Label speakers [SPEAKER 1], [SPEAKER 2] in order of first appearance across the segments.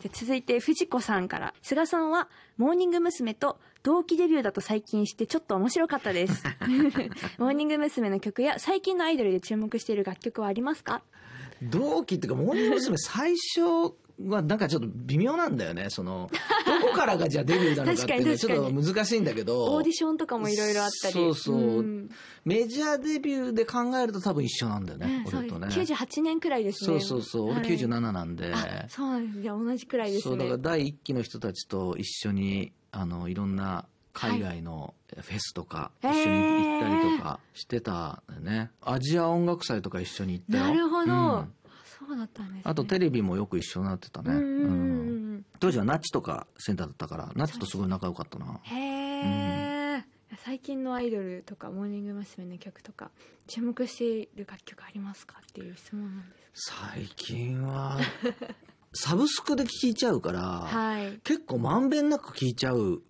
[SPEAKER 1] で続いて藤子さんから菅さんはモーニング娘。と同期デビューだと最近してちょっと面白かったです モーニング娘。の曲や最近のアイドルで注目している楽曲はありますか
[SPEAKER 2] 同期っていうか、モーニング娘。最初はなんかちょっと微妙なんだよね。その、どこからがじゃあデビューなのかっていうの
[SPEAKER 1] 確
[SPEAKER 2] はち
[SPEAKER 1] かに
[SPEAKER 2] ょっと難しいんだけど。
[SPEAKER 1] オーディションとかもいろいろあったり
[SPEAKER 2] そうそう。
[SPEAKER 1] ん
[SPEAKER 2] メジャーデビューで考えると多分一緒なんだよね。
[SPEAKER 1] そう
[SPEAKER 2] 俺とね。
[SPEAKER 1] 98年くらいです
[SPEAKER 2] そ
[SPEAKER 1] ね
[SPEAKER 2] うそうそう。
[SPEAKER 1] は
[SPEAKER 2] 俺
[SPEAKER 1] い
[SPEAKER 2] 97なんで。
[SPEAKER 1] あそうなんですいや同じくらいです
[SPEAKER 2] そう、だ
[SPEAKER 1] ね
[SPEAKER 2] から第一期の人たちと一緒に、あの、いろんな海外のフェスとか、
[SPEAKER 1] へー
[SPEAKER 2] 一緒に行ったりとかしてたんだよね。アジア音楽祭とか一緒に行ったよ。
[SPEAKER 1] なるほど、
[SPEAKER 2] うん
[SPEAKER 1] そうだったんです、ね、
[SPEAKER 2] あとテレビもよく一緒になってた
[SPEAKER 1] う
[SPEAKER 2] ね。
[SPEAKER 1] んうんうん
[SPEAKER 2] うん
[SPEAKER 1] うん
[SPEAKER 2] 当時はナッチとかセンターだったから、ナッチとすごい仲良かったな。
[SPEAKER 1] へえ、最近のアイドルとかモーニング娘。の曲とか注目している楽曲ありますかっていう質問なんです
[SPEAKER 2] 最近 は、サブスクで聴いちゃうから、
[SPEAKER 1] はい
[SPEAKER 2] 結構まんべんなく聴いちゃう。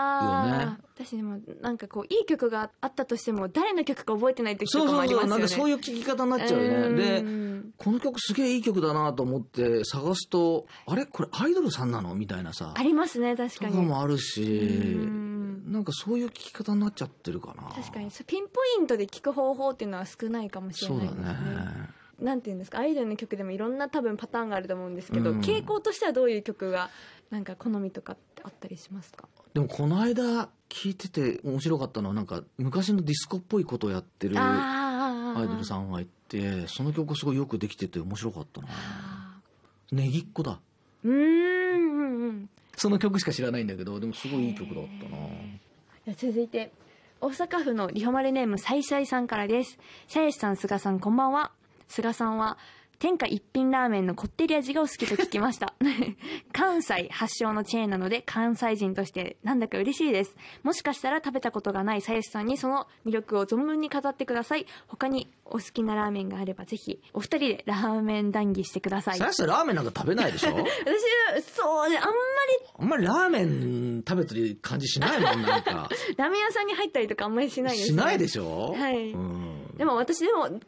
[SPEAKER 1] ああ、私でもなんかこういい曲があったとしても誰の曲か覚えてない時
[SPEAKER 2] そ
[SPEAKER 1] と
[SPEAKER 2] う
[SPEAKER 1] かも
[SPEAKER 2] そ
[SPEAKER 1] あ
[SPEAKER 2] う
[SPEAKER 1] りま
[SPEAKER 2] そう、
[SPEAKER 1] すよ
[SPEAKER 2] なん
[SPEAKER 1] ね
[SPEAKER 2] かそういう聴き方になっちゃうよね。で、この曲すげえいい曲だなと思って探すと、あれこれアイドルさんなのみたいなさ
[SPEAKER 1] あ、りますね確
[SPEAKER 2] と
[SPEAKER 1] か
[SPEAKER 2] か
[SPEAKER 1] に
[SPEAKER 2] もあるし
[SPEAKER 1] う、ん
[SPEAKER 2] なんかそういう聞き方になっちゃってるかな。
[SPEAKER 1] 確かにそうピンポイントで聴く方法っていうのは少ないかもしれ
[SPEAKER 2] そう
[SPEAKER 1] ない
[SPEAKER 2] だ
[SPEAKER 1] です
[SPEAKER 2] ね
[SPEAKER 1] ね。なんていうんですかアイドルの曲でもいろんな多分パターンがあると思うんですけど、
[SPEAKER 2] うん
[SPEAKER 1] 傾向としてはどういう曲がなんか好みとかってあったりしますか
[SPEAKER 2] でもこの間聞いてて面白かったのは、なんか昔のディスコっぽいことをやってるア
[SPEAKER 1] あー
[SPEAKER 2] イドルさんがいて、その曲すごいよくできてて面白かったな。
[SPEAKER 1] あ
[SPEAKER 2] ネギっ子だ。
[SPEAKER 1] ーうーんうんうん
[SPEAKER 2] その曲しか知らないんだけど、でもすごいいい曲だったな。
[SPEAKER 1] じゃあ続いて大阪府のリホマルネームサイサイさんからです鞘師さん菅さんこんばんは菅さんは天下一品ラーメンのこってり味がお好きと聞きました 関西発祥のチェーンなので関西人としてなんだか嬉しいですもしかしたら食べたことがない鞘師さんにその魅力を存分に語ってください他にお好きなラーメンがあればぜひお二人でラーメン談義してください
[SPEAKER 2] さやさんラーメンなんか食べないでしょ
[SPEAKER 1] 私そうねあんま
[SPEAKER 2] あんまりラーメン食べてる感じしないもん、なんか。
[SPEAKER 1] りラーメン屋さんに入ったりとかあんまりしないです
[SPEAKER 2] しないでしょ
[SPEAKER 1] はい
[SPEAKER 2] うん
[SPEAKER 1] でも私でもとは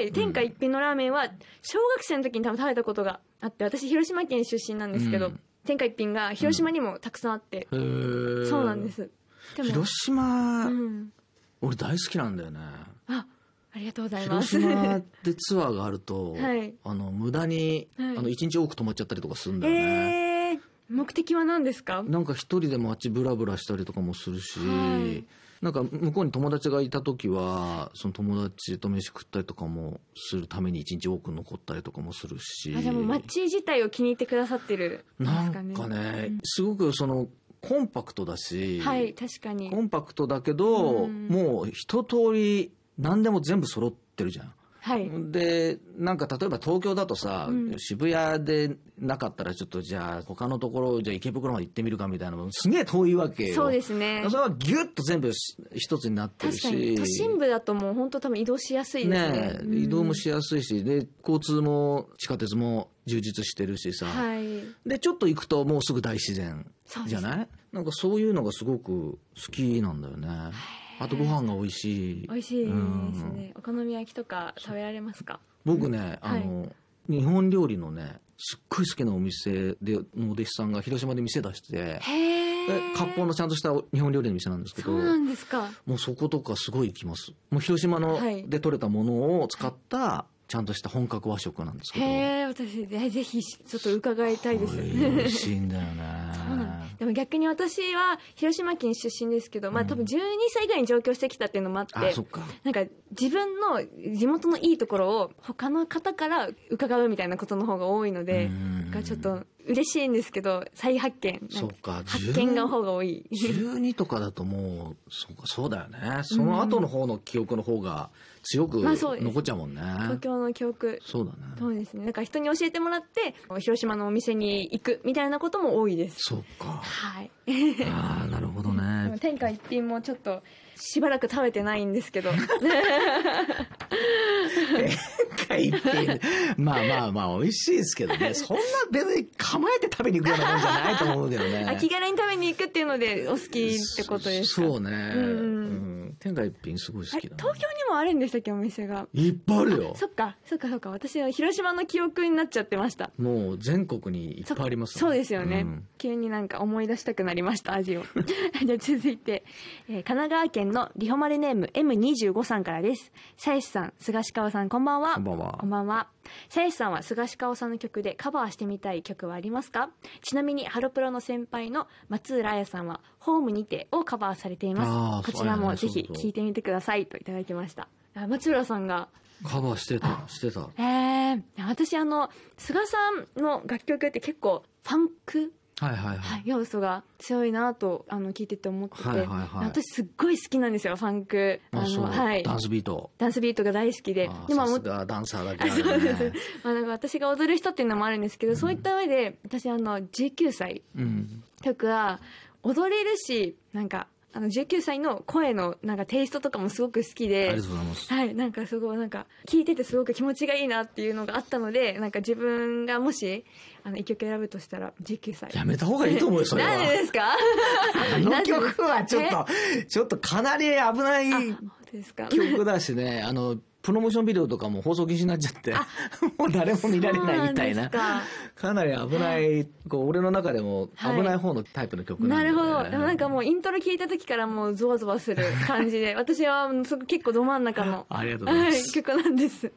[SPEAKER 1] いえ天下一品のラーメンは小学生の時に多分食べたことがあって私広島県出身なんですけど、
[SPEAKER 2] うん
[SPEAKER 1] 天下一品が広島にもたくさんあって、
[SPEAKER 2] へー
[SPEAKER 1] そうなんで。すでも
[SPEAKER 2] 広島、
[SPEAKER 1] うん、
[SPEAKER 2] 俺大好きなんだよね。
[SPEAKER 1] あありがとうございま
[SPEAKER 2] 広
[SPEAKER 1] す
[SPEAKER 2] 島でツアーがあると、
[SPEAKER 1] はい
[SPEAKER 2] あの、無駄に、
[SPEAKER 1] はい
[SPEAKER 2] あの、一日多く泊まっちゃったりとかするんだよね。
[SPEAKER 1] えー、目的は何ですか
[SPEAKER 2] なんか一人で街ブラブラしたりとかもするし、
[SPEAKER 1] はい
[SPEAKER 2] なんか向こうに友達がいた時は、その友達と飯食ったりとかもするために一日多く残ったりとかもするし。
[SPEAKER 1] あじゃあもう街自体を気に入ってくださってる
[SPEAKER 2] なん
[SPEAKER 1] です
[SPEAKER 2] かね、すごくそのコンパクトだし、
[SPEAKER 1] はい確かに
[SPEAKER 2] コンパクトだけど、
[SPEAKER 1] うん
[SPEAKER 2] もう一通り何でも全部揃ってるじゃん。
[SPEAKER 1] はい
[SPEAKER 2] でなんか例えば東京だとさ、
[SPEAKER 1] うん
[SPEAKER 2] 渋谷でなかったらちょっとじゃあ他のところじゃあ池袋まで行ってみるかみたいなのもすげえ遠いわけよ
[SPEAKER 1] そうですね
[SPEAKER 2] それはギュッと全部し一つになってる
[SPEAKER 1] 確
[SPEAKER 2] し
[SPEAKER 1] かに都心部だともう本当多分移動しやすいですね
[SPEAKER 2] ねえ
[SPEAKER 1] うん
[SPEAKER 2] 移動もしやすいしで交通も地下鉄も充実してるしさ、
[SPEAKER 1] はい
[SPEAKER 2] でちょっと行くともうすぐ大自然
[SPEAKER 1] そう
[SPEAKER 2] じ
[SPEAKER 1] で
[SPEAKER 2] ゃ
[SPEAKER 1] すね
[SPEAKER 2] ないなんかそういうのがすごく好きなんだよねあとご飯が美味しい
[SPEAKER 1] 美味しいです
[SPEAKER 2] うん
[SPEAKER 1] ね、お好み焼きとか食べられますか
[SPEAKER 2] 僕ねあの、日本料理のねすっごい好きなお店でのお弟子さんが広島で店出して
[SPEAKER 1] へえ
[SPEAKER 2] で割烹のちゃんとした日本料理の店なんですけど
[SPEAKER 1] そうなんですか
[SPEAKER 2] もうそことかすごい行きますもう広島の、
[SPEAKER 1] はい
[SPEAKER 2] で取れたものを使ったちゃんとした本格和食なんですけ
[SPEAKER 1] へ
[SPEAKER 2] ど
[SPEAKER 1] え私ぜぜひちょっと伺いたいです
[SPEAKER 2] これ美味しいんだよね
[SPEAKER 1] そうなんですでも逆に私は広島県出身ですけど、まあ、多分12歳ぐらいに上京してきたっていうのもあって、
[SPEAKER 2] あそっか
[SPEAKER 1] なんか自分の地元のいいところを他の方から伺うみたいなことの方が多いので
[SPEAKER 2] うん
[SPEAKER 1] がちょっと嬉しいんですけど再発見なん
[SPEAKER 2] そっか
[SPEAKER 1] 発見が方が多い
[SPEAKER 2] 12とかだともうそうかそうだよねその後の方の記憶の方が強く
[SPEAKER 1] まあそうです
[SPEAKER 2] 残っちゃうもんね、
[SPEAKER 1] 東京の教訓
[SPEAKER 2] そうだ
[SPEAKER 1] そ
[SPEAKER 2] ね
[SPEAKER 1] うですね。なんか人に教えてもらって、広島のお店に行くみたいなことも多いです。
[SPEAKER 2] そうか
[SPEAKER 1] はい。
[SPEAKER 2] ああなるほど
[SPEAKER 1] でも
[SPEAKER 2] ね
[SPEAKER 1] 天下一品もちょっとしばらく食べてないんですけど。
[SPEAKER 2] まあまあまあ美味しいですけどねそんな別に構えて食べに行くようなもんじゃないと思うけどね
[SPEAKER 1] あ気軽に食べに行くっていうのでお好きってことですか
[SPEAKER 2] そうね、
[SPEAKER 1] うん
[SPEAKER 2] うん天下一品すごい
[SPEAKER 1] あ
[SPEAKER 2] 好
[SPEAKER 1] れ
[SPEAKER 2] きだ、ね
[SPEAKER 1] 東京にもあるんでしたっけお店が
[SPEAKER 2] いっぱいあるよ
[SPEAKER 1] そっかそっかそっか私は広島の記憶になっちゃってました
[SPEAKER 2] もう全国にいっぱいありますね
[SPEAKER 1] そうですよね、
[SPEAKER 2] うん
[SPEAKER 1] 急になんか思い出したくなりました味を じゃあ続いて、えー神奈川県のリホマレネーム M25 さんからです鞘師さん菅氏川さんこんばんは
[SPEAKER 2] こんばんは
[SPEAKER 1] こんばんは鞘師さんは菅氏川さんの曲でカバーしてみたい曲はありますかちなみにハロプロの先輩の松浦彩さんは「ホームにて」をカバーされてい
[SPEAKER 2] あ
[SPEAKER 1] ま
[SPEAKER 2] ー
[SPEAKER 1] すこちらも
[SPEAKER 2] そ
[SPEAKER 1] ぜ
[SPEAKER 2] うだね
[SPEAKER 1] ひ
[SPEAKER 2] そうそう
[SPEAKER 1] 聴いてみてくださいといただきましたあ松浦さんが
[SPEAKER 2] カバーしてたしてた
[SPEAKER 1] えー、私あの菅さんの楽曲って結構ファンク
[SPEAKER 2] はいはいは
[SPEAKER 1] はい
[SPEAKER 2] い、
[SPEAKER 1] 要素が強いなとあの聞いてて思ってて、
[SPEAKER 2] はいはいはい
[SPEAKER 1] 私すっごい好きなんですよファンク
[SPEAKER 2] まあ
[SPEAKER 1] の、
[SPEAKER 2] そう、
[SPEAKER 1] はい、
[SPEAKER 2] ダ
[SPEAKER 1] ダ
[SPEAKER 2] ンスビート
[SPEAKER 1] ンスビートが大好きで
[SPEAKER 2] あー
[SPEAKER 1] 今
[SPEAKER 2] さ
[SPEAKER 1] も
[SPEAKER 2] すがダンサーだけ
[SPEAKER 1] あ
[SPEAKER 2] あ
[SPEAKER 1] そ
[SPEAKER 2] る
[SPEAKER 1] うです
[SPEAKER 2] ね、
[SPEAKER 1] まあ、なんか私が踊る人っていうのもあるんですけど、そういった上で私あの19歳
[SPEAKER 2] うん、
[SPEAKER 1] 曲は踊れるしなんかあの19歳の声のなんかテイストとかもすごく好き
[SPEAKER 2] あり
[SPEAKER 1] で
[SPEAKER 2] がとうございます
[SPEAKER 1] はい、なんかすごいなんか聞いててすごく気持ちがいいなっていうのがあったのでなんか自分がもしあの一曲選ぶとしたら19歳
[SPEAKER 2] やめた方がいいと思うよそれ は
[SPEAKER 1] なんでですか
[SPEAKER 2] あの曲はちょっ
[SPEAKER 1] な
[SPEAKER 2] とちょっとかなり危ない
[SPEAKER 1] あそうですか
[SPEAKER 2] 曲だしねあのプロモーションビデオとかも放送禁止になっちゃって もう誰も見られないみたいな
[SPEAKER 1] そうなんで
[SPEAKER 2] かなり危ないこう俺の中でも
[SPEAKER 1] はい
[SPEAKER 2] 危ない方のタイプの
[SPEAKER 1] す
[SPEAKER 2] 曲
[SPEAKER 1] か
[SPEAKER 2] な
[SPEAKER 1] なん
[SPEAKER 2] だ
[SPEAKER 1] る
[SPEAKER 2] よ
[SPEAKER 1] ほ
[SPEAKER 2] ね、
[SPEAKER 1] どでもなんかもうイントロ聞いた時からもうゾワゾワする感じで私はすごく結構ど真ん中の
[SPEAKER 2] ありがとうござ
[SPEAKER 1] は
[SPEAKER 2] いま
[SPEAKER 1] い
[SPEAKER 2] す、
[SPEAKER 1] 曲なんです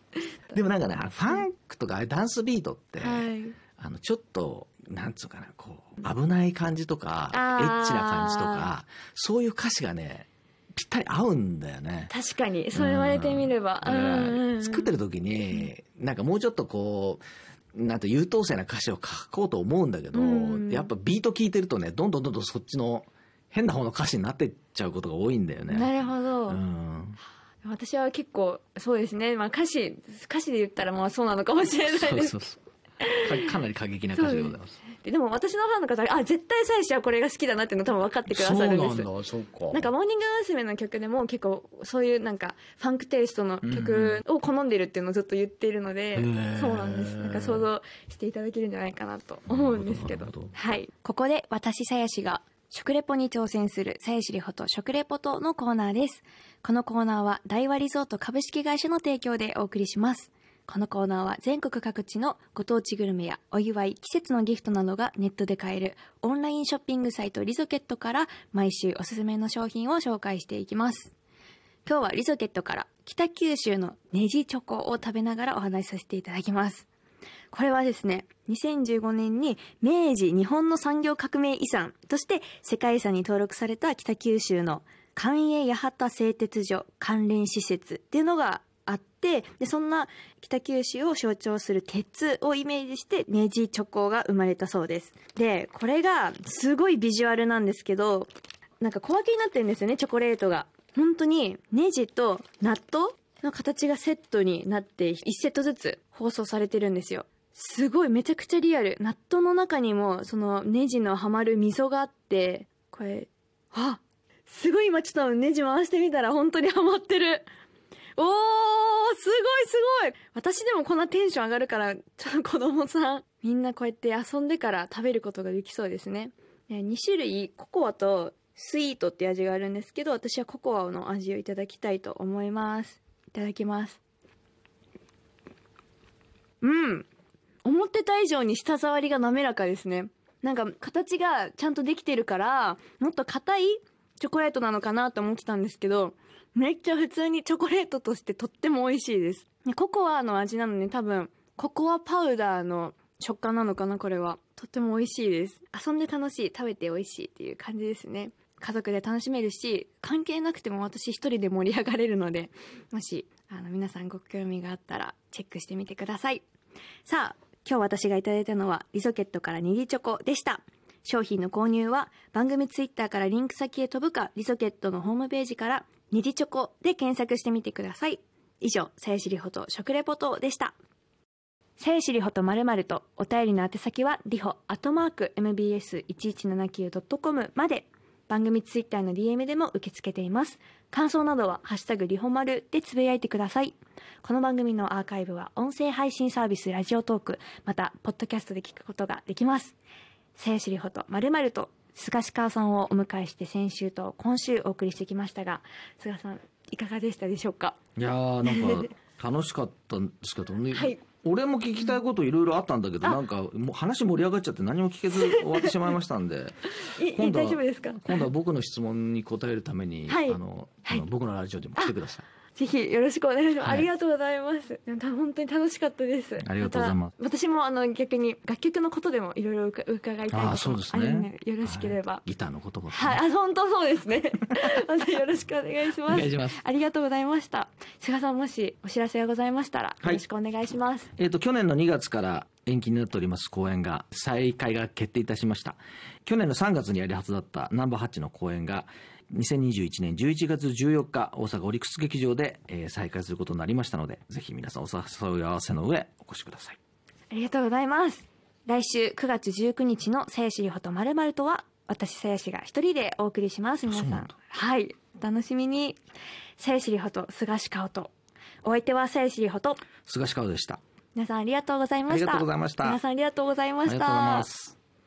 [SPEAKER 2] でもなんかねあのファンクとかああいうダンスビートって、
[SPEAKER 1] はい
[SPEAKER 2] あのちょっとなんつうかなこう危ない感じとかエ
[SPEAKER 1] あー
[SPEAKER 2] ッチな感じとかそういう歌詞がねぴったり合うんだよね
[SPEAKER 1] 確かにそう言われてみれば
[SPEAKER 2] だから
[SPEAKER 1] うん
[SPEAKER 2] 作ってる時になんかもうちょっとこうなんて優等生な歌詞を書こうと思うんだけど、
[SPEAKER 1] うん
[SPEAKER 2] やっぱビート聞いてるとねどんどんどんどんそっちの変な方の歌詞になってっちゃうことが多いんだよね。
[SPEAKER 1] なるほど、
[SPEAKER 2] うん
[SPEAKER 1] 私は結構そうですね、まあ、歌詞歌詞で言ったらまあそうなのかもしれないです
[SPEAKER 2] そうそうそうかかなり過激な歌詞でございます。
[SPEAKER 1] ででも私のファンの方があ絶対最初はこれが好きだなっていうの多分分かってくださるんです
[SPEAKER 2] だ、そうか
[SPEAKER 1] なんかモーニング娘。の曲でも結構そういうなんかファンクテイストの曲を好んでるっていうのをずっと言っているので、
[SPEAKER 2] へー
[SPEAKER 1] そうなんですなんか想像していただけるんじゃないかなと思うんですけど
[SPEAKER 2] なるほど
[SPEAKER 1] はいここで私さやしが食レポに挑戦するさやしりほと食レポとのコーナーですこのコーナーは大和リゾート株式会社の提供でお送りしますこのコーナーは全国各地のご当地グルメやお祝い、季節のギフトなどがネットで買えるオンラインショッピングサイトリゾケットから毎週おすすめの商品を紹介していきます。今日はリゾケットから北九州のネジチョコを食べながらお話しさせていただきます。これはですね、2015年に明治日本の産業革命遺産として世界遺産に登録された北九州の関営八幡製鉄所関連施設っていうのがあって、で、そんな北九州を象徴する鉄をイメージしてネジチョコが生まれたそうです。で、これがすごいビジュアルなんですけど、なんか小分けになってるんですよね、チョコレートが。本当に、ネジと納豆の形がセットになって、1セットずつ包装されてるんですよ。すごい、めちゃくちゃリアル。納豆の中にも、そのネジのはまる溝があって、これ、あすごい今ちょっとネジ回してみたら本当にハマってる。 おーすごいすごい私でもこんなテンション上がるから、ちょっと子供さん、みんなこうやって遊んでから食べることができそうですね。2種類ココアとスイートって味があるんですけど私はココアの味をいただきたいと思いますいただきますうん思ってた以上に舌触りが滑らかですねなんか形がちゃんとできてるからもっと硬いチョコレートなのかなと思ってたんですけどめっちゃ普通にチョコレートとしてとっても美味しいですでココアの味なので多分ココアパウダーの食感なのかなこれはとっても美味しいです遊んで楽しい食べて美味しいっていう感じですね家族で楽しめるし関係なくても私一人で盛り上がれるのでもしあの皆さんご興味があったらチェックしてみてくださいさあ今日私がいただいたのはリゾケットからネギチョコでした商品の購入は番組ツイッターからリンク先へ飛ぶかリゾケットのホームページからネギチョコで検索してみてください以上さやしりほと食レポとでしたさやしりほとまるまるとお便りの宛先はりほアットマーク mbs1179.com まで番組ツイッターの DM でも受け付けています感想などは「ハッシュタグりほまる」でつぶやいてくださいこの番組のアーカイブは音声配信サービスラジオトークまたポッドキャストで聞くことができますさやしりほとまるまると菅氏川さんをお迎えして先週と今週お送りしてきましたが菅さんいかがでしたでしょうか
[SPEAKER 2] いやーなんか楽しかったんですけどね、
[SPEAKER 1] はい
[SPEAKER 2] 俺も聞きたいこといろいろあったんだけど、なんかもう話盛り上がっちゃって何も聞けず終わってしまいましたんで
[SPEAKER 1] いい
[SPEAKER 2] 今度は
[SPEAKER 1] 大丈夫ですか
[SPEAKER 2] 今度は僕の質問に答えるために、
[SPEAKER 1] はい
[SPEAKER 2] あのあの僕のラジオでも来てください。
[SPEAKER 1] ぜひよろしくお願いします、
[SPEAKER 2] はい
[SPEAKER 1] ありがとうございますなんか本当に楽しかったです
[SPEAKER 2] ありがとうございます
[SPEAKER 1] た私もあの逆に楽曲のことでもいろいろ伺いたいこと
[SPEAKER 2] あ
[SPEAKER 1] も
[SPEAKER 2] あそうです
[SPEAKER 1] あるの
[SPEAKER 2] ね。
[SPEAKER 1] でよろしければ
[SPEAKER 2] はいギターのことも、
[SPEAKER 1] はい、あ本当そうですね またよろしくお願いし
[SPEAKER 2] お
[SPEAKER 1] ます
[SPEAKER 2] 願いします。
[SPEAKER 1] ありがとうございました菅さんもしお知らせがございましたら
[SPEAKER 2] はい
[SPEAKER 1] よろしくお願いします、
[SPEAKER 2] えっ、と去年の2月から延期になっております公演が再開が決定いたしました。去年の3月にやるはずだったナンバー8の公演が2021年11月14日大阪オリックス劇場で、えー再開することになりましたので、ぜひ皆さんお誘い合わせの上お越しください。
[SPEAKER 1] ありがとうございます。来週9月19日の鞘師里穂とまるまるとは、私鞘師が一人でお送りします。皆さん。
[SPEAKER 2] そうなんだ
[SPEAKER 1] はい。お楽しみに。鞘師里穂と菅氏顔と。お相手は鞘師里穂と。
[SPEAKER 2] 菅氏川でした。
[SPEAKER 1] 皆さんありがとうございました。
[SPEAKER 2] ありがとうございました
[SPEAKER 1] 皆さんありがとうござい
[SPEAKER 2] あ
[SPEAKER 1] ま
[SPEAKER 2] り
[SPEAKER 1] し
[SPEAKER 2] が
[SPEAKER 1] た。
[SPEAKER 2] とうございます。